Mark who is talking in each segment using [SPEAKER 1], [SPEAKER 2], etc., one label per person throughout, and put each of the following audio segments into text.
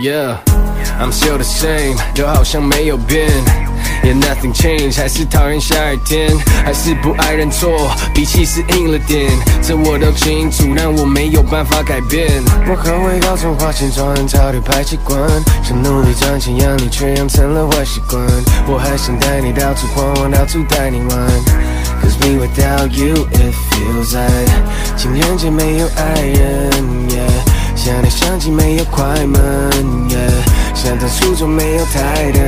[SPEAKER 1] Yeah, I'm still the same，就好像没有变。Yeah, nothing changed，还是讨厌下雨天，还是不爱认错，脾气是硬了点，这我都清楚，但我没有办法改变。我很会高中花钱，装很潮的排气管，想努力赚钱养你，却养成了坏习惯。我还想带你到处晃晃，到处带你玩。Cause me without you, it feels like 情人节没有爱人，yeah 想你想起没有快门，yeah 想当初就没有台灯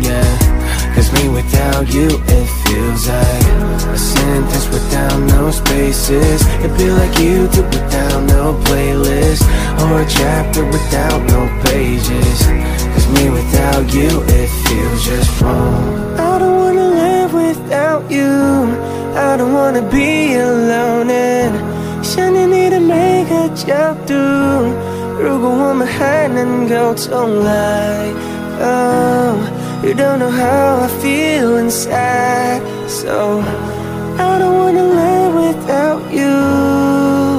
[SPEAKER 1] ，yeah Cause me without you, it feels like a sentence without no spaces It'd be like YouTube without no playlist Or a chapter without no pages Cause me without you, it feels just wrong I don't wanna live without you I don't wanna be alone and 想念你的每个角度。如果我们还能够重来，Oh, you don't know how I feel inside. So I don't wanna live without you.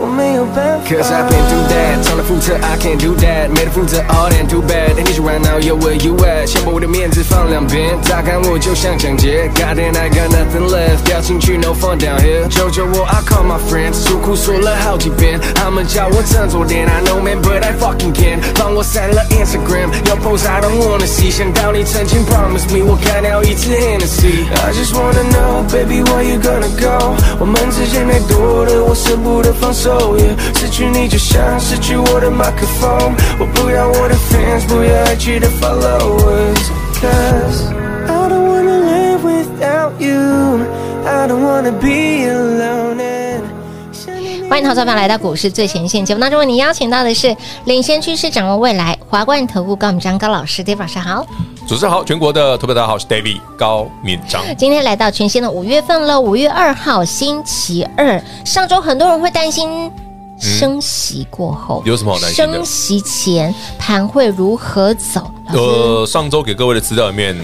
[SPEAKER 1] 我没有办法。Cause I've been through that，尝了负责，I can't do that，没人负责，all that too bad。And it's right now, yo, where you at？先把我的面子放两边，榨干我就像抢劫。God damn, I got nothing left，掉进去 no fun down here。救救我，I call my friends，诉苦说了好几遍，他们叫我振作点。I know man, but I fucking can。帮我删了 Instagram，要 post I don't wanna see。想到你曾经 promise me，我干掉一次 Hennessy。I just wanna know, baby, where you gonna go？我们之间太多的，我舍不得放手。yeah 失去你就像失去我的麦克风，我不要我的 fans，不要爱去的 followers。Cause I don't wanna live without you, I don't wanna be alone. and
[SPEAKER 2] 欢迎投资者朋友来到股市最前线节目当中，为您邀请到的是领先趋势、掌握未来华冠投顾高敏章高老师，David 老师好。
[SPEAKER 3] 主持人好，全国的投票大家好，我是 David 高敏章。
[SPEAKER 2] 今天来到全新的五月份了，五月二号星期二。上周很多人会担心升息过后、
[SPEAKER 3] 嗯有什么好担心的
[SPEAKER 2] 升息前盘会如何走？老师，
[SPEAKER 3] 呃，上周给各位的资料里面，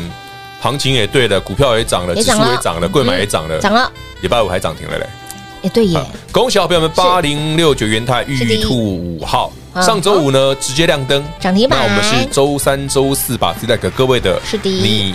[SPEAKER 3] 行情也对了，股票也涨了，
[SPEAKER 2] 也
[SPEAKER 3] 指
[SPEAKER 2] 涨
[SPEAKER 3] 数
[SPEAKER 2] 了嗯
[SPEAKER 3] 也涨了，贵买也涨了，
[SPEAKER 2] 涨了，
[SPEAKER 3] 礼拜五还涨停了嘞。
[SPEAKER 2] 也对
[SPEAKER 3] 啊
[SPEAKER 2] 耶，
[SPEAKER 3] 恭喜好朋友们，八零六九元泰
[SPEAKER 2] 是第
[SPEAKER 3] 玉
[SPEAKER 2] 一
[SPEAKER 3] 兔五号，
[SPEAKER 2] 嗯
[SPEAKER 3] 上周五呢直接亮灯
[SPEAKER 2] 涨停板
[SPEAKER 3] 那我们是周三、周四把资料给各位的，
[SPEAKER 2] 是第一
[SPEAKER 3] 你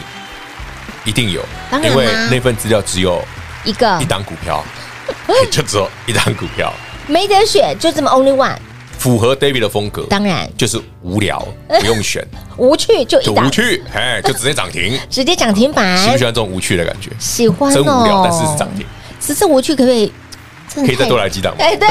[SPEAKER 3] 一定有，
[SPEAKER 2] 当然
[SPEAKER 3] 因为
[SPEAKER 2] 啦哦
[SPEAKER 3] 那份资料只有
[SPEAKER 2] 一个哎
[SPEAKER 3] 一档股票， 就只有一档股票，
[SPEAKER 2] 没得选，就这么 only one。
[SPEAKER 3] 符合 David 的风格，
[SPEAKER 2] 当然
[SPEAKER 3] 就是无聊，不用选。
[SPEAKER 2] 无趣就一哎
[SPEAKER 3] 就
[SPEAKER 2] 档
[SPEAKER 3] 无，趣，哎，就直接涨停。
[SPEAKER 2] 直接涨停板。
[SPEAKER 3] 喜不喜欢这种无趣的感觉？
[SPEAKER 2] 喜欢
[SPEAKER 3] 真
[SPEAKER 2] 哦，
[SPEAKER 3] 无聊，但是是涨停，
[SPEAKER 2] 此次无趣可不可以？真的
[SPEAKER 3] 可以再
[SPEAKER 2] 太
[SPEAKER 3] 多来几档吗。
[SPEAKER 2] 哎，对，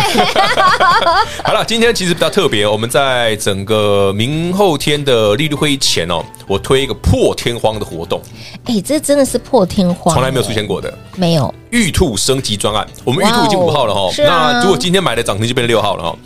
[SPEAKER 3] 好了，今天其实比较特别，我们在整个明后天的利率会议前哦，我推一个破天荒的活动，
[SPEAKER 2] 哎，这真的是破天荒，
[SPEAKER 3] 从来没有出，现过的
[SPEAKER 2] 没有，
[SPEAKER 3] 玉兔升级专案。我们玉
[SPEAKER 2] 哇哦
[SPEAKER 3] 兔已经五号了哈，
[SPEAKER 2] 是啊
[SPEAKER 3] 那如果今天买的涨停就变成六号了哈。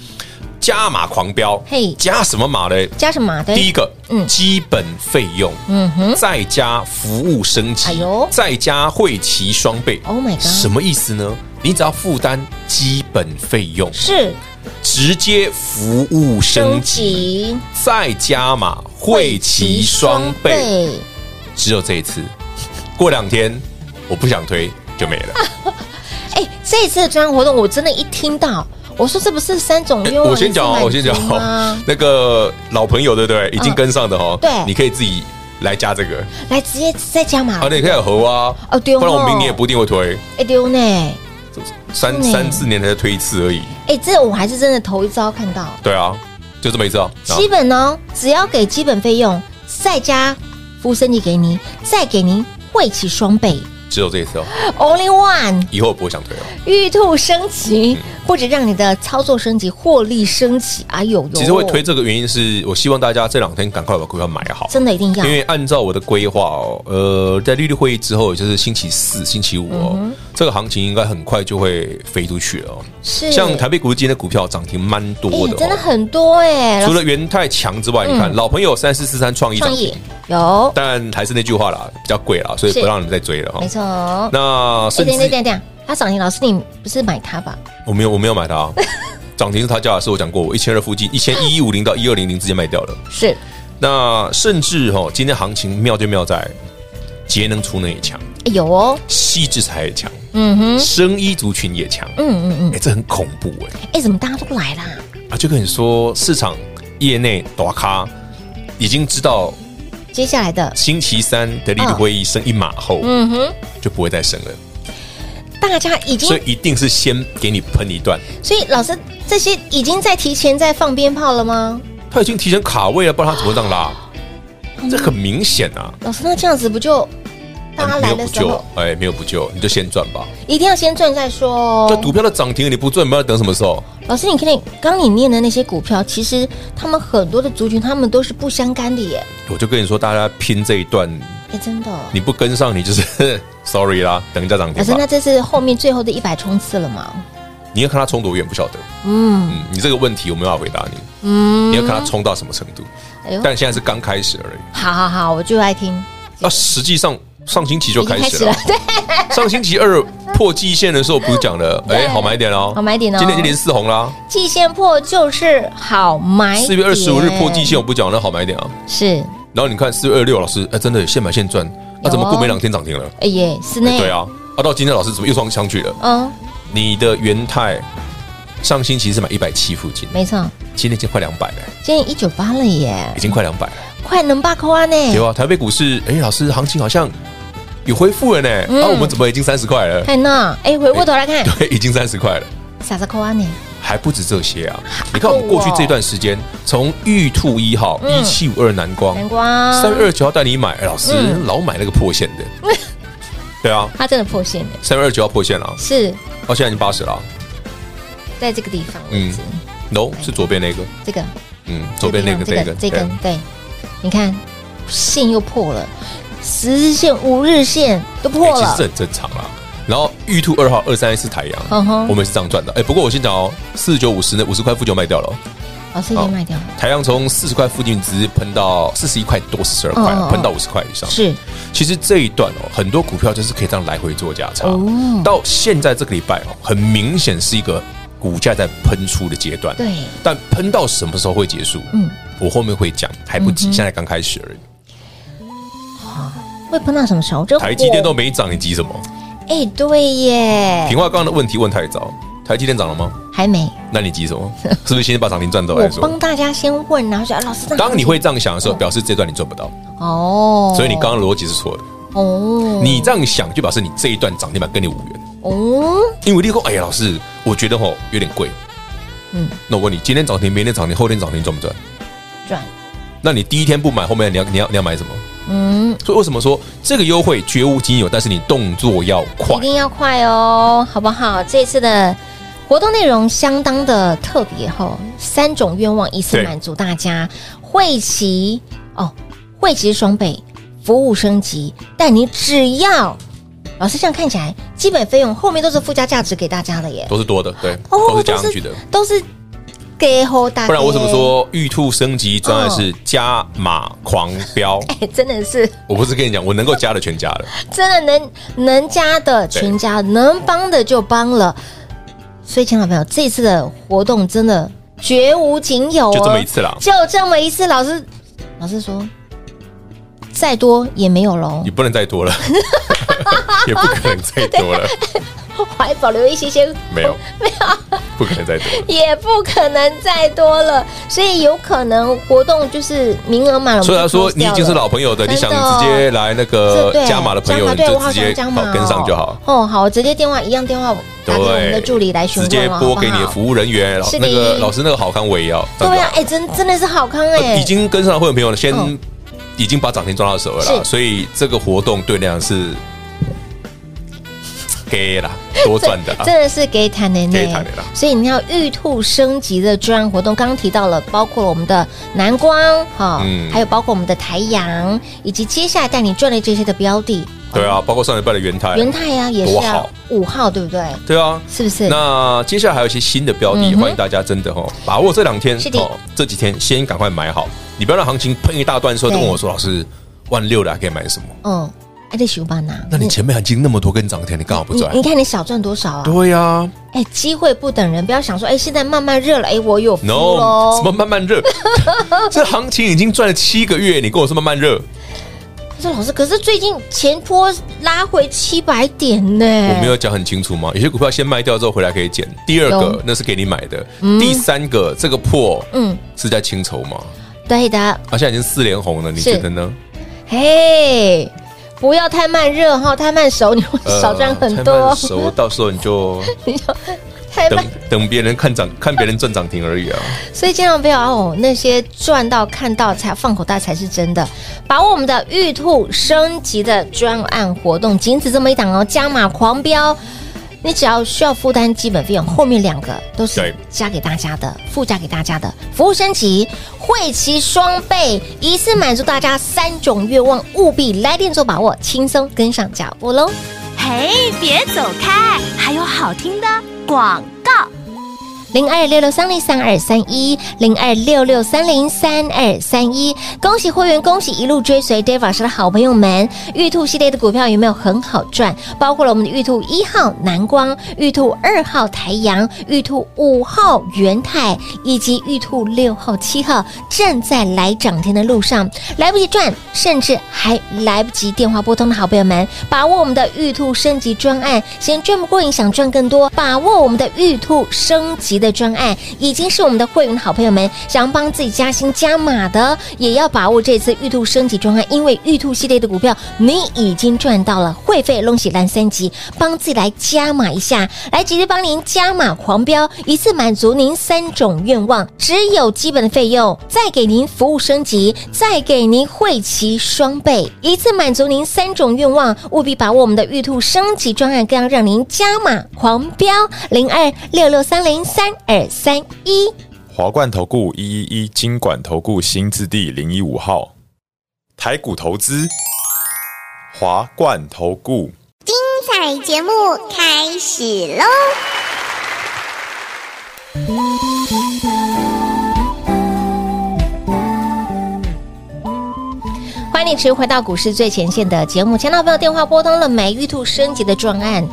[SPEAKER 3] 加码狂飙
[SPEAKER 2] 嘿，
[SPEAKER 3] 加什么码嘞？
[SPEAKER 2] 加什么？对
[SPEAKER 3] 第一个，
[SPEAKER 2] 嗯
[SPEAKER 3] 基本费用，
[SPEAKER 2] 嗯哼，
[SPEAKER 3] 再加服务升级，
[SPEAKER 2] 哎呦
[SPEAKER 3] 再加会期双倍
[SPEAKER 2] Oh my god
[SPEAKER 3] 什么意思呢？你只要负担基本费用，
[SPEAKER 2] 是
[SPEAKER 3] 直接服务升
[SPEAKER 2] 升
[SPEAKER 3] 级，
[SPEAKER 2] 级
[SPEAKER 3] 再加码会期双倍，，只有这一次。过两天我不想推就没了。
[SPEAKER 2] 哎，这一次的专案活动，我真的一听到，我说这不是三种
[SPEAKER 3] 哎
[SPEAKER 2] 愿望？
[SPEAKER 3] 我先讲哦，我先讲
[SPEAKER 2] 一次满足
[SPEAKER 3] 哦
[SPEAKER 2] 吗，
[SPEAKER 3] 那个老朋友对不对？已经
[SPEAKER 2] 嗯
[SPEAKER 3] 跟上的哦，
[SPEAKER 2] 对
[SPEAKER 3] 你可以自己来加这个，
[SPEAKER 2] 来直接再加码
[SPEAKER 3] 好，，那你可以合啊，
[SPEAKER 2] 哦对哦
[SPEAKER 3] 不然我明年也不一定会推，
[SPEAKER 2] 哎丢呢？
[SPEAKER 3] 三
[SPEAKER 2] 是呢
[SPEAKER 3] 三四年才推一次而已。
[SPEAKER 2] 哎，这我还是真的头一遭看到，
[SPEAKER 3] 对啊，就这么一次啊。
[SPEAKER 2] 基本哦，只要给基本费用，再加服务升级给您，再给您会期双倍，
[SPEAKER 3] 只有这一次哦，
[SPEAKER 2] Only One
[SPEAKER 3] 以后不会想退哦。
[SPEAKER 2] 玉兔升
[SPEAKER 3] 嗯
[SPEAKER 2] 级，不止让你的操作升级，获利升级，哎呦呦！
[SPEAKER 3] 其实会推这个原因是我希望大家这两天赶快把股票买好，
[SPEAKER 2] 真的啊一定要
[SPEAKER 3] 因为按照我的规划哦，呃，在利率会议之后，也就是星期四、星期五哦，
[SPEAKER 2] 嗯
[SPEAKER 3] 这个行情应该很快就会飞出去了、哦。
[SPEAKER 2] 是
[SPEAKER 3] 像台北股市今天的股票涨停蛮多
[SPEAKER 2] 哎
[SPEAKER 3] 的、哦，
[SPEAKER 2] 真的很多哎、
[SPEAKER 3] 除了元泰强之外，你看老朋友三四四三创意涨
[SPEAKER 2] 创
[SPEAKER 3] 停
[SPEAKER 2] 意，有，
[SPEAKER 3] 但还是那句话啦，比较贵啦，所以
[SPEAKER 2] 是
[SPEAKER 3] 不让你们再追了哈、
[SPEAKER 2] 没
[SPEAKER 3] 哦。
[SPEAKER 2] 错。哎，
[SPEAKER 3] 那甚
[SPEAKER 2] 等等
[SPEAKER 3] 至
[SPEAKER 2] 等等，他涨停，老师你不是买它吧？
[SPEAKER 3] 我没有我没有买它、啊， 涨停是他价的，是我讲过，我一千二附近，一千一一五零到一二零零之间卖掉了。
[SPEAKER 2] 是
[SPEAKER 3] 那甚至哈、哦，今天行情妙就妙在节能储能也强，
[SPEAKER 2] 哎有哦，
[SPEAKER 3] 细制材也强，
[SPEAKER 2] 嗯哼，
[SPEAKER 3] 生医族群也强，
[SPEAKER 2] 嗯嗯
[SPEAKER 3] 哎、这很恐怖哎、
[SPEAKER 2] 嗯，哎，怎么大家都来啦？
[SPEAKER 3] 啊，就跟你说，市场业内大咖已经知道
[SPEAKER 2] 接下来的，
[SPEAKER 3] 星期三的利率会议升一码后，
[SPEAKER 2] 嗯哼，
[SPEAKER 3] 就不会再升了，
[SPEAKER 2] 大家已经
[SPEAKER 3] 所以，一定是先给你喷一段。
[SPEAKER 2] 所以老师这些已经在提前在放鞭炮了吗？
[SPEAKER 3] 他已经提前卡位了，不然他怎么这样拉？
[SPEAKER 2] 嗯
[SPEAKER 3] 这很明显啊，
[SPEAKER 2] 老师，那这样子不就大家
[SPEAKER 3] 啊没
[SPEAKER 2] 来
[SPEAKER 3] 有
[SPEAKER 2] 的
[SPEAKER 3] 补
[SPEAKER 2] 时
[SPEAKER 3] 救
[SPEAKER 2] 候，，
[SPEAKER 3] 哎，没有补救，你就先赚吧。
[SPEAKER 2] 一定要先赚再说
[SPEAKER 3] 这
[SPEAKER 2] 哦？
[SPEAKER 3] 股票的涨停你不赚，你们要等什么时候？
[SPEAKER 2] 老师，你看你刚刚你念的那些股票，其实他们很多的族群，他们都是不相干的耶。
[SPEAKER 3] 我就跟你说，大家拼这一段，
[SPEAKER 2] 哎，真的。
[SPEAKER 3] 你不跟上，你就是 sorry 啦，等人家涨
[SPEAKER 2] 老
[SPEAKER 3] 停
[SPEAKER 2] 师，那
[SPEAKER 3] 吧。
[SPEAKER 2] 这是后面最后的一百冲刺了吗？
[SPEAKER 3] 你要看他冲多远，不晓得。
[SPEAKER 2] 嗯
[SPEAKER 3] 嗯，你这个问题我没办法回答你，
[SPEAKER 2] 嗯
[SPEAKER 3] 你要看他冲到什么程度。
[SPEAKER 2] 哎呦，
[SPEAKER 3] 但现在是刚开始而已。
[SPEAKER 2] 好好好，我就爱听，
[SPEAKER 3] 啊，实际上上星期就
[SPEAKER 2] 已经
[SPEAKER 3] 开
[SPEAKER 2] 开
[SPEAKER 3] 始
[SPEAKER 2] 始
[SPEAKER 3] 了
[SPEAKER 2] 了。， 对，
[SPEAKER 3] 上星期二破季线的时候，不是讲了，
[SPEAKER 2] 对
[SPEAKER 3] 哎，好买一点哦，
[SPEAKER 2] 好买一点哦
[SPEAKER 3] 今天已经连四红啦，
[SPEAKER 2] 季线破就是好买。
[SPEAKER 3] 四月二十五日破季线，我不讲了，好买一点啊。
[SPEAKER 2] 是，
[SPEAKER 3] 然后你看四月二六，老师，哎，真的现买现赚，
[SPEAKER 2] 有
[SPEAKER 3] 那、
[SPEAKER 2] 哦
[SPEAKER 3] 怎么过没两天涨停了？
[SPEAKER 2] 哎耶，是
[SPEAKER 3] 哎
[SPEAKER 2] 内
[SPEAKER 3] 对，啊，啊，到今天老师怎么又双枪去了？
[SPEAKER 2] 嗯，
[SPEAKER 3] 你的元泰上星期是买一百七附近，
[SPEAKER 2] 没嗯错，
[SPEAKER 3] 今天已经快两百了，
[SPEAKER 2] 今天一九八了耶
[SPEAKER 3] 已，经快两百了。
[SPEAKER 2] 快能八扣啊呢，
[SPEAKER 3] 有啊，台北股市，哎，老师行情好像有恢复了呢。
[SPEAKER 2] 嗯
[SPEAKER 3] 啊，我们怎么已经三十块了？
[SPEAKER 2] 看那，哎，回过头来看，
[SPEAKER 3] 对，已经三十块了。
[SPEAKER 2] 傻子扣啊呢，
[SPEAKER 3] 还不止这些啊！你看我们过去这段时间，从玉兔一号一
[SPEAKER 2] 嗯
[SPEAKER 3] 七五二南光，
[SPEAKER 2] 南瓜
[SPEAKER 3] 三月二九号带你买，哎老师
[SPEAKER 2] 嗯
[SPEAKER 3] 老买那个破 线的，对啊，
[SPEAKER 2] 它真的破线了，
[SPEAKER 3] 三月二九号破线了啊，
[SPEAKER 2] 是
[SPEAKER 3] 哦，现在已经八十了啊。
[SPEAKER 2] 在这个地方位
[SPEAKER 3] 嗯
[SPEAKER 2] 置，
[SPEAKER 3] ，no 是左边那个，
[SPEAKER 2] 这个
[SPEAKER 3] 嗯，左边那个
[SPEAKER 2] 这
[SPEAKER 3] 这
[SPEAKER 2] 个
[SPEAKER 3] 个
[SPEAKER 2] 这根，对，你看线又破了，十日线、五日线都
[SPEAKER 3] 对哎
[SPEAKER 2] 破
[SPEAKER 3] 其实这
[SPEAKER 2] 了，
[SPEAKER 3] 很正常啦。然后玉兔二号二三四台
[SPEAKER 2] 嗯
[SPEAKER 3] 阳，
[SPEAKER 2] 哼
[SPEAKER 3] 我们也是这样赚的。哎，不过我先讲哦，四十九五十那五十块附近卖掉了哦，
[SPEAKER 2] 老师已经卖掉了，
[SPEAKER 3] 台阳从四十块附近直接喷到四十一块多，四十二块啊
[SPEAKER 2] 嗯嗯嗯，
[SPEAKER 3] 喷到五十块以上。
[SPEAKER 2] 是
[SPEAKER 3] 其实这一段哦，很多股票就是可以这样来回做价差。
[SPEAKER 2] 哦
[SPEAKER 3] 到现在这个礼拜哦，很明显是一个股价在喷出的阶段。
[SPEAKER 2] 对，
[SPEAKER 3] 但喷到什么时候会结束？
[SPEAKER 2] 嗯，
[SPEAKER 3] 我后面会讲，还不急，现在刚开始而已。
[SPEAKER 2] 会碰到什么时候？这
[SPEAKER 3] 台积电都
[SPEAKER 2] 火
[SPEAKER 3] 没涨，你急什么？
[SPEAKER 2] 哎，对耶，
[SPEAKER 3] 平话刚刚的问题问太早，台积电涨了吗？
[SPEAKER 2] 还没，
[SPEAKER 3] 那你急什 么？是不是先把涨停赚走
[SPEAKER 2] 我
[SPEAKER 3] 来说
[SPEAKER 2] 帮？大家先问，然后说啊老师，那
[SPEAKER 3] 当你会这样想的时候，表示这段你赚不到，
[SPEAKER 2] 哦，
[SPEAKER 3] 所以你刚刚逻辑是错的。
[SPEAKER 2] 哦，
[SPEAKER 3] 你这样想，就表示你这一段涨停板跟你无缘。
[SPEAKER 2] 哦，
[SPEAKER 3] 因为立刻，哎呀，老师，我觉得吼有点贵。
[SPEAKER 2] 嗯，
[SPEAKER 3] 那我问你，今天涨停，明天涨停，后天涨停赚不赚？
[SPEAKER 2] 转，
[SPEAKER 3] 那你第一天不买，后面你要你要你要买什么？
[SPEAKER 2] 嗯，
[SPEAKER 3] 所以为什么说这个优惠绝无仅有，但是你动作要快
[SPEAKER 2] 一。定要快哦，好不好？这次的活动内容相当的特别哈、三种愿望一次
[SPEAKER 3] 对
[SPEAKER 2] 满足大家，会齐哦，会齐双倍，服务升级，但你只要老师这样看起来，基本费用后面都是附加价值给大家的耶，
[SPEAKER 3] 都是多的，对，
[SPEAKER 2] 哦
[SPEAKER 3] 都是加上去的。
[SPEAKER 2] 都是给后大家，
[SPEAKER 3] 不然我怎么？
[SPEAKER 2] 哎
[SPEAKER 3] 说玉兔升级专案是加码狂飙？
[SPEAKER 2] 嗯哎， 真的是，
[SPEAKER 3] 我不是跟你讲，我能够加的全加了，
[SPEAKER 2] 真的能能加的全加，能帮的就帮了。所以，亲爱的朋友，这次的活动真的绝无仅有、哦，
[SPEAKER 3] 就这么一次啦。
[SPEAKER 2] 就这么一次，老师老师说，再多也没有喽
[SPEAKER 3] 你，不能再多了，也不可能再多了，
[SPEAKER 2] 还保留一些些，
[SPEAKER 3] 没有，没有，不可能再多了。
[SPEAKER 2] 也不可能再多了，所以有可能活动就是名额满了，
[SPEAKER 3] 所以他
[SPEAKER 2] 我
[SPEAKER 3] 说
[SPEAKER 2] 们就 close
[SPEAKER 3] 你已经是老朋友
[SPEAKER 2] 掉
[SPEAKER 3] 的，
[SPEAKER 2] 了
[SPEAKER 3] 你想
[SPEAKER 2] 真的哦
[SPEAKER 3] 直接来那
[SPEAKER 2] 掉了
[SPEAKER 3] 个
[SPEAKER 2] 对对
[SPEAKER 3] 加码的朋友，
[SPEAKER 2] 加码
[SPEAKER 3] 你
[SPEAKER 2] 对
[SPEAKER 3] 就
[SPEAKER 2] 我好
[SPEAKER 3] 直
[SPEAKER 2] 想
[SPEAKER 3] 接
[SPEAKER 2] 加码哦
[SPEAKER 3] 跟上就好。
[SPEAKER 2] 哦，好，我直接电话一样电话打给我们的助理来询
[SPEAKER 3] 直
[SPEAKER 2] 问
[SPEAKER 3] 接
[SPEAKER 2] 了
[SPEAKER 3] 拨给你
[SPEAKER 2] 好
[SPEAKER 3] 的
[SPEAKER 2] 不好
[SPEAKER 3] 服务人员，老
[SPEAKER 2] 是的
[SPEAKER 3] 那个老师那个好看哦我也要。这样
[SPEAKER 2] 对
[SPEAKER 3] 就
[SPEAKER 2] 呀、
[SPEAKER 3] 好
[SPEAKER 2] 哎、真真的是好康哎、
[SPEAKER 3] 呃已经跟上的会员朋友呢，先
[SPEAKER 2] 嗯
[SPEAKER 3] 已经把涨停抓到手了啦，
[SPEAKER 2] 是
[SPEAKER 3] 所以这个活动对量是 给啦，多赚的啦。啊
[SPEAKER 2] 真的是给谈的呢
[SPEAKER 3] 给谈的啦，
[SPEAKER 2] 所以你要玉兔升级的专案活动，刚刚提到了，包括了我们的南光哈，
[SPEAKER 3] 嗯
[SPEAKER 2] 还有包括我们的台阳，以及接下来带你赚的这些的标的，
[SPEAKER 3] 对啊，包括上礼拜的元泰，
[SPEAKER 2] 元泰啊也是
[SPEAKER 3] 多
[SPEAKER 2] 啊
[SPEAKER 3] 好，
[SPEAKER 2] 五号对不对？
[SPEAKER 3] 对啊。
[SPEAKER 2] 是不是？
[SPEAKER 3] 那接下来还有一些新的标的，
[SPEAKER 2] 嗯哼
[SPEAKER 3] 欢迎大家真的哦，把握这两天
[SPEAKER 2] 是的，
[SPEAKER 3] 这几天先赶快买好，你不要让行情喷一大段的时候都
[SPEAKER 2] 对
[SPEAKER 3] 问我说，老师万六的还可以买什么？
[SPEAKER 2] 嗯，爱丽熊班呐，
[SPEAKER 3] 那你前面还经那么多根涨停，你干嘛不
[SPEAKER 2] 你
[SPEAKER 3] 赚
[SPEAKER 2] 你？看你少赚多少啊？
[SPEAKER 3] 对呀
[SPEAKER 2] 哎，机会不等人，不要想说，哎，现在慢慢热了，哎，我有福
[SPEAKER 3] ，no，
[SPEAKER 2] 喽
[SPEAKER 3] 什么。慢慢热？ 这行情已经赚了七个月，你跟我说慢慢热，
[SPEAKER 2] 他说老师，可是最近前坡拉回七百点呢，
[SPEAKER 3] 我没有讲很清楚吗？有些股票先卖掉之后回来可以减。第二
[SPEAKER 2] 有
[SPEAKER 3] 个那是给你买的，第三个这个破
[SPEAKER 2] 嗯，
[SPEAKER 3] 是在清筹嘛？
[SPEAKER 2] 对的，
[SPEAKER 3] 啊，现在已经四连红了，你
[SPEAKER 2] 是
[SPEAKER 3] 觉得呢？
[SPEAKER 2] 嘿，不要太慢热哈，太慢熟你会
[SPEAKER 3] 呃
[SPEAKER 2] 嗯少赚很
[SPEAKER 3] 太
[SPEAKER 2] 多
[SPEAKER 3] 慢，熟，到时候你就
[SPEAKER 2] 太
[SPEAKER 3] 等
[SPEAKER 2] 慢。
[SPEAKER 3] 等别人看涨，看别人赚涨停而已啊。
[SPEAKER 2] 所以千万不要哦，那些赚到看到才放口袋才是真的。把握我们的玉兔升级的专案活动，仅此这么一档哦，加码狂飙。你只要需要负担基本费用，后面两个都是
[SPEAKER 3] 对
[SPEAKER 2] 加给大家的，附加给大家的服务升级，汇齐双倍，一次满足大家三种愿望，务必来电做把握，轻松跟上脚步喽。
[SPEAKER 4] 嘿，别走开，还有好听的广告。
[SPEAKER 2] 零二六六三零三二三一，零二六六三零三二三一。恭喜会员，恭喜一路追随 Dave 老师的好朋友们！玉兔系列的股票有没有很好赚？包括了我们的玉兔一号南光、玉兔二号台阳、玉兔五号元泰，以及玉兔六号、七号正在来涨停的路上，来不及赚，甚至还来不及电话拨通的好朋友们，把握我们的玉兔升级专案，嫌赚不过瘾，想赚更多，把握我们的玉兔升级的专案，已经是我们的会员好朋友们想帮自己加薪加码的，也要把握这次玉兔升级专案，因为玉兔系列的股票你已经赚到了会费弄喜烂三级，帮自己来加码一下，来直接帮您加码狂飙，一次满足您三种愿望，只有基本的费用，再给您服务升级，再给您汇齐双倍，一次满足您三种愿望，务必把握我们的玉兔升级专案，更要让您加码狂飙零二六六三零三二三一。
[SPEAKER 5] 华冠投顾一一一金管投顾新字第零一五号，台股投资，华冠投顾。
[SPEAKER 6] 彩节目开始喽！
[SPEAKER 2] 欢迎你持续回到股市最前线的节目。前老朋友电话拨通了美玉兔升级的专案，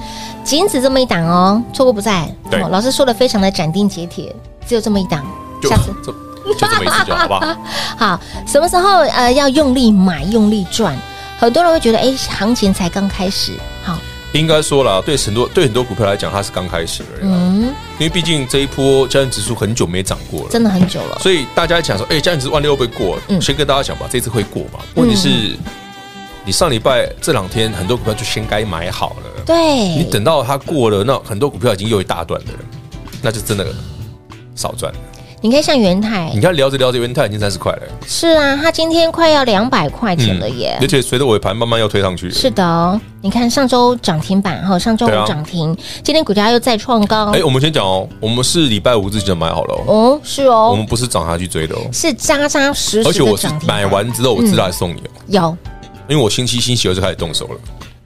[SPEAKER 2] 仅此这么一档哦，错过不再。
[SPEAKER 3] 对
[SPEAKER 2] 哦老师说的非常的斩钉截铁，只有这么一档。
[SPEAKER 3] 就
[SPEAKER 2] 下次
[SPEAKER 3] 就就这么一次 就好，好不好？
[SPEAKER 2] 好，什么时候呃要用力买、用力赚？很多人会觉得，哎，行情才刚开始。好，
[SPEAKER 3] 应该说了，对很多对很多股票来讲，它是刚开始而已啦，
[SPEAKER 2] 嗯，
[SPEAKER 3] 因为毕竟这一波交易指数很久没涨过了，
[SPEAKER 2] 真的很久了。
[SPEAKER 3] 所以大家讲说，哎、欸，这样子万六会不会过？
[SPEAKER 2] 嗯
[SPEAKER 3] 先跟大家讲吧，这次会过嘛？问题是，你上礼拜这两天很多股票就先该买好了，
[SPEAKER 2] 对，
[SPEAKER 3] 你等到它过了，那很多股票已经又一大段了，那就真的少赚了。
[SPEAKER 2] 你看像元泰
[SPEAKER 3] 你，看聊着聊着，元泰已经三十块了，嗯
[SPEAKER 2] 是啊，它今天快要两百块钱了耶。
[SPEAKER 3] 而且随着尾盘慢慢要推上去。
[SPEAKER 2] 是的哦，你看上周涨停板哈，上周五
[SPEAKER 3] 对啊
[SPEAKER 2] 涨停，今天股价又再创高。
[SPEAKER 3] 哎、我们先讲哦，我们是礼拜五自己就买好了、哦，
[SPEAKER 2] 哦，是哦，
[SPEAKER 3] 我们不是涨下去追的哦。
[SPEAKER 2] 是扎扎实
[SPEAKER 3] 而
[SPEAKER 2] 实
[SPEAKER 3] 且我
[SPEAKER 2] 的
[SPEAKER 3] 是
[SPEAKER 2] 涨停板。嗯
[SPEAKER 3] 买完之后，我知道来送你哦，
[SPEAKER 2] 有
[SPEAKER 3] 因为我星期一星期二就开始动手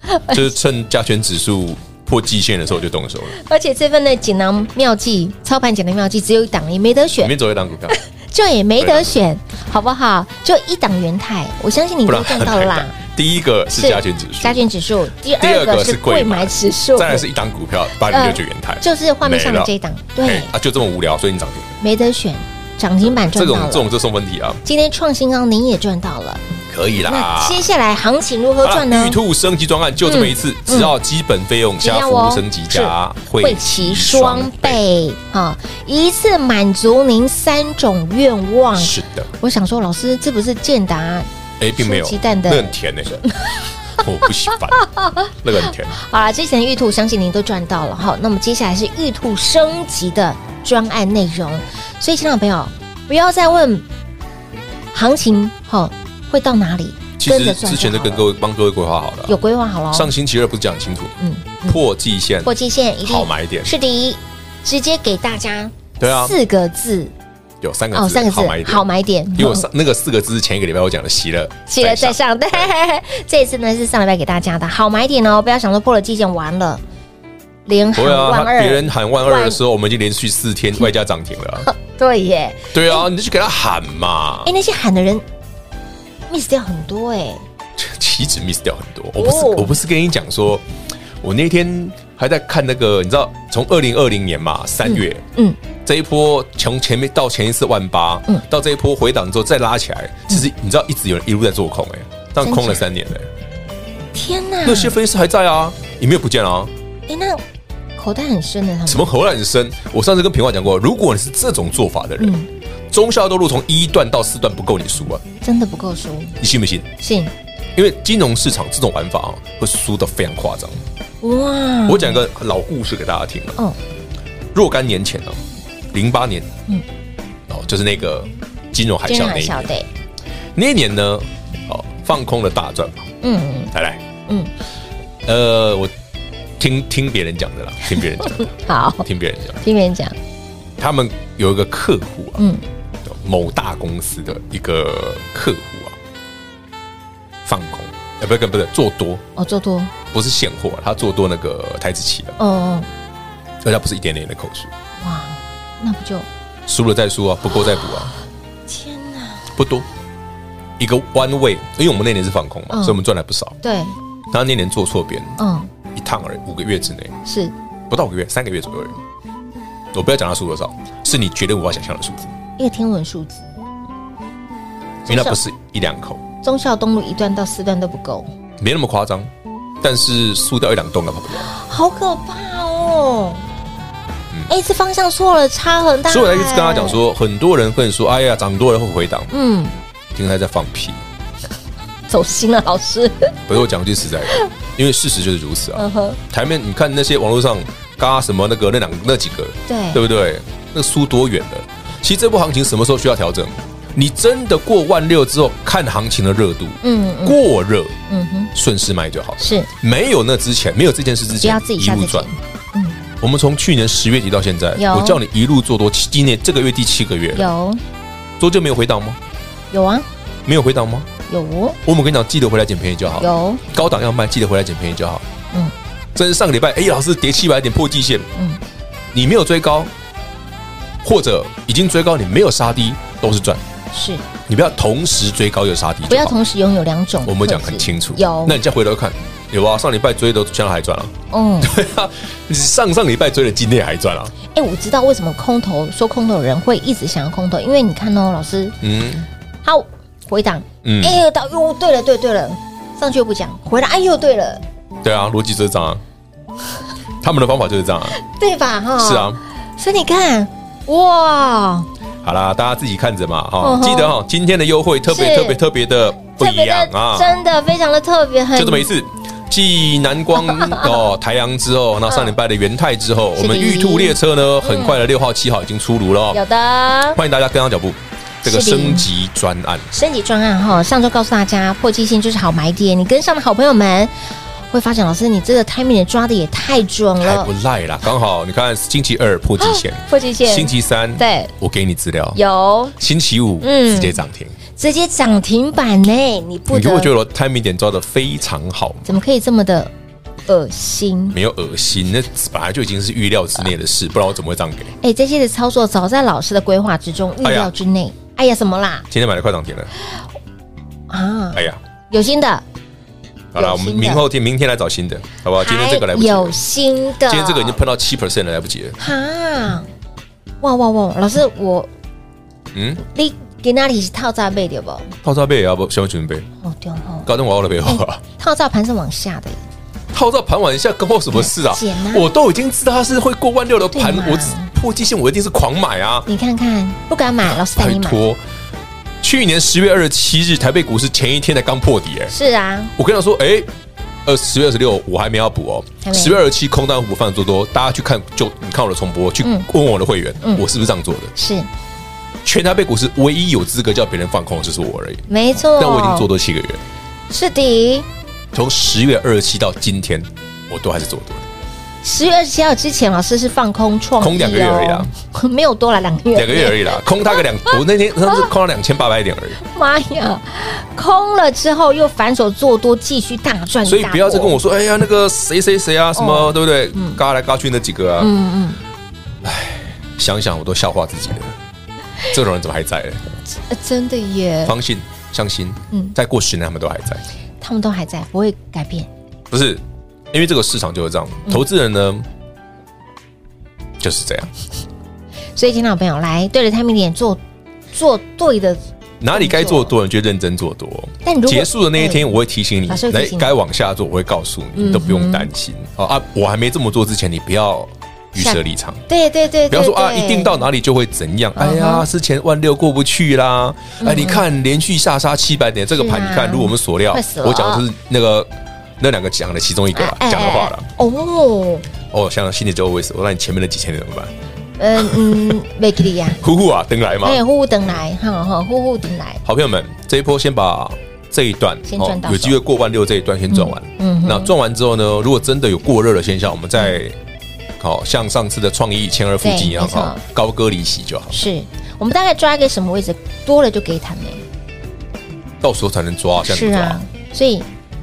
[SPEAKER 3] 了， 就是趁加权指数破季线的时候我就动手了。
[SPEAKER 2] 而且这份的锦囊妙计，操盘锦囊妙计只有一档，也没得
[SPEAKER 3] 里
[SPEAKER 2] 选，
[SPEAKER 3] 面走一档股 票，
[SPEAKER 2] 这也没得选，好不好？就一档元泰，我相信你
[SPEAKER 3] 不
[SPEAKER 2] 都
[SPEAKER 3] 然
[SPEAKER 2] 赚
[SPEAKER 3] 很
[SPEAKER 2] 到了
[SPEAKER 3] 难
[SPEAKER 2] 啦
[SPEAKER 3] 打。。第一个是加权指数，
[SPEAKER 2] 加权指数，第
[SPEAKER 3] 第
[SPEAKER 2] 二
[SPEAKER 3] 二
[SPEAKER 2] 个
[SPEAKER 3] 个
[SPEAKER 2] 是
[SPEAKER 3] 是
[SPEAKER 2] 贵
[SPEAKER 3] 贵
[SPEAKER 2] 买
[SPEAKER 3] 买
[SPEAKER 2] 指数，
[SPEAKER 3] 再来是一档股票八零六九元泰，
[SPEAKER 2] 就是画面上的这一档，对
[SPEAKER 3] 嘿，啊，就这么无聊，所以你涨停。
[SPEAKER 2] 没得选，涨停板
[SPEAKER 3] 这
[SPEAKER 2] 赚到
[SPEAKER 3] 种
[SPEAKER 2] 了。
[SPEAKER 3] 这种就送分题啊，
[SPEAKER 2] 今天创新高，您也赚到了。
[SPEAKER 3] 可以啦
[SPEAKER 2] 那。接下来行情如
[SPEAKER 3] 啊好
[SPEAKER 2] 何
[SPEAKER 3] 啦
[SPEAKER 2] 赚呢
[SPEAKER 3] 玉？兔升级专案就这么一次，只要基本费用
[SPEAKER 2] 只
[SPEAKER 3] 加
[SPEAKER 2] 要
[SPEAKER 3] 服
[SPEAKER 2] 哦
[SPEAKER 3] 务升级加
[SPEAKER 2] 会齐双。倍啊，一次满足您三种愿望。
[SPEAKER 3] 是的，
[SPEAKER 2] 我想说，老师，这不是建达
[SPEAKER 3] 哎，并没有
[SPEAKER 2] 吃鸡蛋的
[SPEAKER 3] 那很甜 呢，我不喜欢，那个很甜。
[SPEAKER 2] 好啦，之前的玉兔相信您都赚到了哈。那么接下来是玉兔升级的专案内容，所以，亲爱的朋友，不要再问行情哈会到哪里，
[SPEAKER 3] 其
[SPEAKER 2] 跟着
[SPEAKER 3] 实
[SPEAKER 2] 赚就好了
[SPEAKER 3] 之前就跟各位帮各位规划好了
[SPEAKER 2] 有
[SPEAKER 3] 啊，
[SPEAKER 2] 规划好了哦。
[SPEAKER 3] 上星期二不是讲清楚，
[SPEAKER 2] 嗯
[SPEAKER 3] 破季线，
[SPEAKER 2] 破季线一定
[SPEAKER 3] 好买点
[SPEAKER 2] 是第一，直接给大家
[SPEAKER 3] 对啊
[SPEAKER 2] 四个字
[SPEAKER 3] 有三个字，
[SPEAKER 2] 哦，三个字
[SPEAKER 3] 好买点，
[SPEAKER 2] 好买点，
[SPEAKER 3] 因为我上那个四个字是前一个礼拜我讲的，洗了，
[SPEAKER 2] 记得再上。对，这一次呢是上礼拜给大家的好买点哦，不要想说破了季线完了，连喊
[SPEAKER 3] 对啊，
[SPEAKER 2] 万
[SPEAKER 3] 他
[SPEAKER 2] 二，
[SPEAKER 3] 别人喊万二的
[SPEAKER 2] 万
[SPEAKER 3] 时候，我们已经连续 四天外加涨停了。
[SPEAKER 2] 对耶，
[SPEAKER 3] 对啊，你就给他喊嘛
[SPEAKER 2] 哎，，那些喊的人 miss 掉很多哎，
[SPEAKER 3] 岂止 miss 掉很多。我不是
[SPEAKER 2] 哦
[SPEAKER 3] 我不是跟你讲说，我那天还在看那个，你知道，从二零二零年嘛，三月，
[SPEAKER 2] 嗯，
[SPEAKER 3] 这一波从前面到前一次万八，
[SPEAKER 2] 嗯
[SPEAKER 3] 到这一波回档之后再拉起来，其实你知道一直有人一路在做空，哎，但空了三年嘞，
[SPEAKER 2] 天哪，
[SPEAKER 3] 那些分析师还在啊，也没有不见啊。
[SPEAKER 2] 哎那口袋很深的他们
[SPEAKER 3] 什么荷兰生？我上次跟平话讲过，如果你是这种做法的
[SPEAKER 2] 嗯
[SPEAKER 3] 人，中下东路从一段到四段不够你输啊，
[SPEAKER 2] 真的不够输，
[SPEAKER 3] 你信不信？
[SPEAKER 2] 信
[SPEAKER 3] 因为金融市场这种玩法啊，会输得非常夸张。
[SPEAKER 2] 哇，
[SPEAKER 3] 我讲一个老故事给大家听啊，
[SPEAKER 2] 哦
[SPEAKER 3] 若干年前呢、啊零八年，嗯，哦，就是那个金融海
[SPEAKER 2] 今
[SPEAKER 3] 啸
[SPEAKER 2] 天
[SPEAKER 3] 那
[SPEAKER 2] 还
[SPEAKER 3] 一
[SPEAKER 2] 小
[SPEAKER 3] 年，
[SPEAKER 2] 对，
[SPEAKER 3] 那一年呢，哦，放空了大赚嘛，
[SPEAKER 2] 嗯，
[SPEAKER 3] 来来，
[SPEAKER 2] 嗯，
[SPEAKER 3] 呃，我听听别人讲的啦，听别人 讲的，
[SPEAKER 2] 好，
[SPEAKER 3] 听别人讲的，
[SPEAKER 2] 听别人讲，
[SPEAKER 3] 他们有一个客户啊，
[SPEAKER 2] 嗯，
[SPEAKER 3] 某大公司的一个客户啊，放空，呃，不是，不是做多，
[SPEAKER 2] 哦，做多，
[SPEAKER 3] 不是现货啊，他做多那个台子期的，
[SPEAKER 2] 哦，
[SPEAKER 3] 而他不是一点点的口数，
[SPEAKER 2] 哇，那不就
[SPEAKER 3] 输了再输啊，不够再补啊，
[SPEAKER 2] 天哪，
[SPEAKER 3] 不多，一个弯位，因为我们那年是放空嘛，
[SPEAKER 2] 嗯
[SPEAKER 3] 所以我们赚了不少。
[SPEAKER 2] 对，
[SPEAKER 3] 他那年做错边，
[SPEAKER 2] 嗯，
[SPEAKER 3] 一趟而已，五个月之内，
[SPEAKER 2] 是
[SPEAKER 3] 不到五个月，三个月左右而已。我不要讲他输多少，是你绝对无法想象的数字，
[SPEAKER 2] 一个天文数字，
[SPEAKER 3] 因为那不是一两口，
[SPEAKER 2] 忠孝东路一段到四段都不够，
[SPEAKER 3] 没那么夸张，但是输掉一两栋啊那跑不掉。
[SPEAKER 2] 好可怕哦！哎、这方向错了，差很大。
[SPEAKER 3] 所以我才一直跟他讲，说，很多人跟你说，哎呀，涨多了会回档，
[SPEAKER 2] 嗯，
[SPEAKER 3] 听他在放屁。
[SPEAKER 2] 走心了，老师。
[SPEAKER 3] 不是我讲句实在的，因为事实就是如此啊
[SPEAKER 2] 嗯。哼，
[SPEAKER 3] 台面你看那些网络上嘎什么那个那两那几个，
[SPEAKER 2] 对
[SPEAKER 3] 对不对？那输多远的？其实这波行情什么时候需要调整？你真的过万六之后，看行情的热度，
[SPEAKER 2] 嗯嗯
[SPEAKER 3] 过热，
[SPEAKER 2] 嗯哼，
[SPEAKER 3] 顺势卖就好。
[SPEAKER 2] 是
[SPEAKER 3] 没有那之前，没有这件事之
[SPEAKER 2] 不
[SPEAKER 3] 前，
[SPEAKER 2] 要自己吓自己。
[SPEAKER 3] 我们从去年十月底到现在，
[SPEAKER 2] 有
[SPEAKER 3] 我叫你一路做多，今年这个月第七个月，
[SPEAKER 2] 有
[SPEAKER 3] 多久没有回档吗？
[SPEAKER 2] 有啊，
[SPEAKER 3] 没有回档吗？
[SPEAKER 2] 有哦
[SPEAKER 3] 我们跟你讲，记得回来捡便宜就好。
[SPEAKER 2] 有，
[SPEAKER 3] 高档要卖，记得回来捡便宜就好。
[SPEAKER 2] 嗯
[SPEAKER 3] 嗯，真是上个礼拜，哎、老师跌七百点破季线，
[SPEAKER 2] 嗯
[SPEAKER 3] 嗯，你没有追高，或者已经追高，你没有杀低，都是赚。
[SPEAKER 2] 是
[SPEAKER 3] 你不要同时追高又杀低就好，
[SPEAKER 2] 不要同时拥有两种特质。
[SPEAKER 3] 我们讲很清楚。
[SPEAKER 2] 有
[SPEAKER 3] 那你再回头看，有啊，上礼拜追的现在还赚啊，
[SPEAKER 2] 嗯，
[SPEAKER 3] 你上上礼拜追的今天还赚啊，
[SPEAKER 2] 哎、我知道为什么空头说空头的人会一直想要空头，因为你看哦，老师
[SPEAKER 3] 嗯
[SPEAKER 2] 他回档，
[SPEAKER 3] 嗯，
[SPEAKER 2] 哎、呦，到又对了，对对了，上去又不讲，回来哎又对了，
[SPEAKER 3] 对啊，逻辑就是这样啊。他们的方法就是这样啊，
[SPEAKER 2] 对吧？哈，
[SPEAKER 3] 是啊。
[SPEAKER 2] 所以你看，哇，
[SPEAKER 3] 好啦，大家自己看着嘛哈、
[SPEAKER 2] 嗯哼
[SPEAKER 3] 记得哈、今天的优惠特别
[SPEAKER 2] 是
[SPEAKER 3] 特别特别的不
[SPEAKER 2] 特
[SPEAKER 3] 一
[SPEAKER 2] 别
[SPEAKER 3] 样
[SPEAKER 2] 的、
[SPEAKER 3] 啊，
[SPEAKER 2] 真的非常的特别，很
[SPEAKER 3] 就这么一次。继 南光哦台阳之后，那上礼拜的元泰之后，
[SPEAKER 2] 是的
[SPEAKER 3] 我们玉兔列车呢，很快的六号、七号已经出炉了哦，
[SPEAKER 2] 嗯有的
[SPEAKER 3] 欢迎大家跟上脚步。这个
[SPEAKER 2] 是的
[SPEAKER 3] 升级专案，
[SPEAKER 2] 升级专案哈。上周告诉大家，破季线就是好买点，你跟上的好朋友们会发现，老师你这个 timing 也抓的也太准
[SPEAKER 3] 还
[SPEAKER 2] 了哦
[SPEAKER 3] 不，赖啦，刚好你看星期二破季线，
[SPEAKER 2] 破季线
[SPEAKER 3] 星期三
[SPEAKER 2] 对
[SPEAKER 3] 我给你资料，
[SPEAKER 2] 有
[SPEAKER 3] 星期五
[SPEAKER 2] 嗯
[SPEAKER 3] 直接涨停，
[SPEAKER 2] 直接涨停板呢，你不
[SPEAKER 3] 你如果觉
[SPEAKER 2] 得
[SPEAKER 3] 得我 timing 点抓的非常好，
[SPEAKER 2] 怎么可以这么的恶心？
[SPEAKER 3] 没有恶心，那本来就已经是预料之内的事，
[SPEAKER 2] 啊
[SPEAKER 3] 不然我怎么会这样给？
[SPEAKER 2] 哎，这些的操作早在老师的规划之中，预
[SPEAKER 3] 哎呀
[SPEAKER 2] 料之内。哎呀，什么啦？
[SPEAKER 3] 今天买的快涨停了，
[SPEAKER 2] 啊，
[SPEAKER 3] 哎呀，
[SPEAKER 2] 有新的，
[SPEAKER 3] 好了，
[SPEAKER 2] 有
[SPEAKER 3] 我
[SPEAKER 2] 新的
[SPEAKER 3] 们明后天明天来找新的，好不哦好？今天这个来不及
[SPEAKER 2] 还
[SPEAKER 3] 了
[SPEAKER 2] 有，新的，
[SPEAKER 3] 今天这个已经碰到七 percent 了，来不及了。
[SPEAKER 2] 哈，哇哇哇！老师，我
[SPEAKER 3] 嗯，
[SPEAKER 2] 你给那里是套炸背对不？
[SPEAKER 3] 套罩杯也要不小心准备，
[SPEAKER 2] 哦对哦，
[SPEAKER 3] 搞成我的背后啊，
[SPEAKER 2] 套炸盘是往下的耶，
[SPEAKER 3] 套罩盘玩一下关我什么事啊
[SPEAKER 2] 很简单？
[SPEAKER 3] 我都已经知道它是会过万六的盘
[SPEAKER 2] 对嘛，
[SPEAKER 3] 我只破季线我一定是狂买啊！
[SPEAKER 2] 你看看，不敢买，老师带
[SPEAKER 3] 拜
[SPEAKER 2] 你买。
[SPEAKER 3] 托，去年十月二十七日台北股市前一天才刚破底，哎，
[SPEAKER 2] 是啊，
[SPEAKER 3] 我跟他说，哎。呃，十月二十六我还没要补
[SPEAKER 2] 还
[SPEAKER 3] 哦，
[SPEAKER 2] 没
[SPEAKER 3] 十月二十七空单不放做多，大家去看就你看我的重播，去
[SPEAKER 2] 嗯
[SPEAKER 3] 问我的会员，
[SPEAKER 2] 嗯
[SPEAKER 3] 我是不是这样做的？
[SPEAKER 2] 是
[SPEAKER 3] 全台北股市唯一有资格叫别人放空的就是我而已。
[SPEAKER 2] 没错。
[SPEAKER 3] 但我已经做多七个月，
[SPEAKER 2] 是的，
[SPEAKER 3] 从十月二十七到今天，我都还是做多的。
[SPEAKER 2] 十月二十七号之前，老师是放空创意、哦，
[SPEAKER 3] 空两个月而已啦，
[SPEAKER 2] 没有多了两个月，
[SPEAKER 3] 两个月而已啦，空它个两，我那天上次空了两千八百点而已。
[SPEAKER 2] 妈呀，空了之后又反手做多，继续大赚，
[SPEAKER 3] 所以不要再跟我
[SPEAKER 2] 说，
[SPEAKER 3] 说，哎呀，那个谁谁谁啊，什么、
[SPEAKER 2] 哦
[SPEAKER 3] 对不对？嘎来嘎去那几个啊，
[SPEAKER 2] 嗯嗯，
[SPEAKER 3] 想想我都笑话自己了。这种人怎么还 在呢？
[SPEAKER 2] 呃真的耶，
[SPEAKER 3] 放心，相信，
[SPEAKER 2] 嗯
[SPEAKER 3] 再过十年他们都还在。
[SPEAKER 2] 他们都还在，不会改变，
[SPEAKER 3] 不是，因为这个市场就是这样，
[SPEAKER 2] 嗯
[SPEAKER 3] 投资人呢、就是这样，
[SPEAKER 2] 所以，亲老朋友，来对的 timing 点做做对的，
[SPEAKER 3] 哪里该做多你就认真做多。
[SPEAKER 2] 但如果哎
[SPEAKER 3] 结束的那一天，我会提醒你，
[SPEAKER 2] 老师会提醒你
[SPEAKER 3] 该往下做，我会告诉你，
[SPEAKER 2] 嗯
[SPEAKER 3] 你都不用担心。好啊，我还没这么做之前，你不要预设立场。
[SPEAKER 2] 对对对，
[SPEAKER 3] 不要说
[SPEAKER 2] 对嗯
[SPEAKER 3] 啊，一定到。哪里就会怎样。哎呀，之前万六过不去啦。哎，你看连续下杀七百点，这个盘
[SPEAKER 2] 是啊
[SPEAKER 3] 你看，如果我们所料
[SPEAKER 2] 会死，了
[SPEAKER 3] 我讲的是那个那两个讲的其中一个
[SPEAKER 2] 对
[SPEAKER 3] 啦讲啊的话了。
[SPEAKER 2] 哎哎哎哦，
[SPEAKER 3] 哦，想想心里就会死。我那你前面那几千点怎么办？
[SPEAKER 2] 呃嗯，没给力 呀，哎
[SPEAKER 3] 呼呼啊，登来嘛
[SPEAKER 2] 还。有户户等来，哈哈，户户等来，
[SPEAKER 3] 好朋友们，这一波先把这一段哦
[SPEAKER 2] 先赚到手
[SPEAKER 3] 有机会过万六这一段先赚完。
[SPEAKER 2] 嗯嗯哼
[SPEAKER 3] 那赚完之后呢，如果真的有过热的现象，我们再好像上次的创意千二附近一样
[SPEAKER 2] 对没错
[SPEAKER 3] 哈，高歌离席就好，
[SPEAKER 2] 是我们大概抓一个什么位置，多了就给他们，
[SPEAKER 3] 到时候才能抓，这样
[SPEAKER 2] 是
[SPEAKER 3] 子抓
[SPEAKER 2] 啊。，所以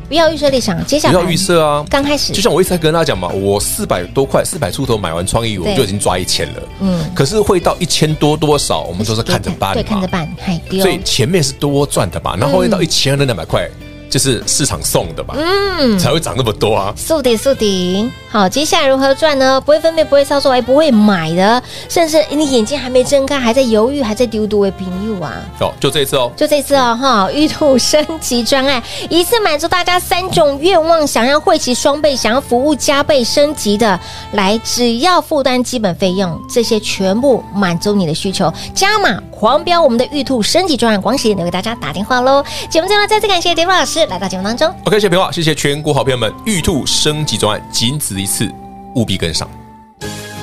[SPEAKER 2] 不要预设立场，接下
[SPEAKER 3] 不
[SPEAKER 2] 来
[SPEAKER 3] 要预设啊，
[SPEAKER 2] 刚开始
[SPEAKER 3] 就像我一直在跟大家讲嘛，我四百多块、四百出头买完创意，我
[SPEAKER 2] 对
[SPEAKER 3] 就已经抓一千了。
[SPEAKER 2] 嗯
[SPEAKER 3] 可是会到一千多多少，我们都是看着办嘛，
[SPEAKER 2] 对，看着办，嗯嗨丢
[SPEAKER 3] 所，以前面是多赚的嘛，然后会到一千二两百块，就是市场送的嘛，
[SPEAKER 2] 嗯，
[SPEAKER 3] 才会涨那么多啊。
[SPEAKER 2] 速底速底，好，接下来如何赚呢？不会分辨，不会操作，也哎不会买的，甚至你眼睛还没睁开，还在犹豫，还在丢丢为朋友啊！
[SPEAKER 3] 哦，就这一次哦，
[SPEAKER 2] 就这次哦，哈，玉兔升级专案，一次满足大家三种愿望，想要汇齐双倍，想要服务加倍升级的，来，只要负担基本费用，这些全部满足你的需求，加码狂飙我们的玉兔升级专案，广喜留给大家打电话喽！节目最后再次感谢 d a 老师来到节目当中。
[SPEAKER 3] OK，谢谢平话，谢谢全国好朋友们，玉兔升级专案仅此一次，务必跟上。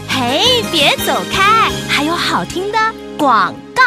[SPEAKER 4] 嘿，别走开，还有好听的广告。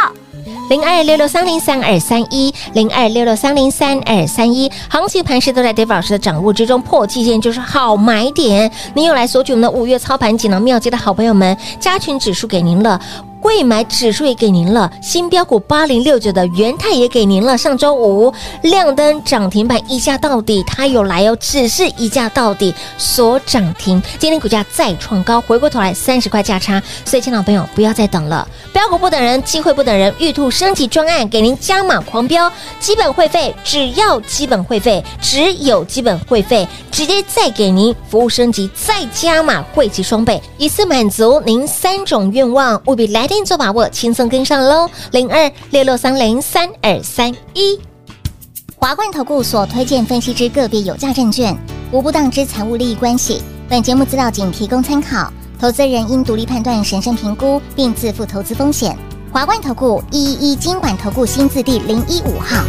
[SPEAKER 2] 零二六六三零三二三一，零二六六三零三二三一，行情盘势都在 Dave 老师的掌握之中，破季线就是好买点。您有来索取我们的五月操盘锦囊妙计的好朋友们，加权指数给您了。贵买指数也给您了，新标股八零六九的元泰也给您了。上周五亮灯涨停板一价到底，它有来哦，只是一价到底所涨停。今天股价再创高，回过头来三十块价差，所以，亲老朋友不要再等了，标股不等人，机会不等人，玉兔升级专案给您加码狂飙，基本会费只要基本会费，只有基本会费，直接再给您服务升级，再加码汇集双倍，一次满足您三种愿望，务必来电做把握，轻松跟上喽，零二六六三零三二三一。
[SPEAKER 6] 华冠投顾所推荐分析之个别有价证券，无不当之财务利益关系。本节目资料仅提供参考，投资人应独立判断、审慎评估，并自负投资风险。华冠投顾一一一金管投顾新字第零一五号。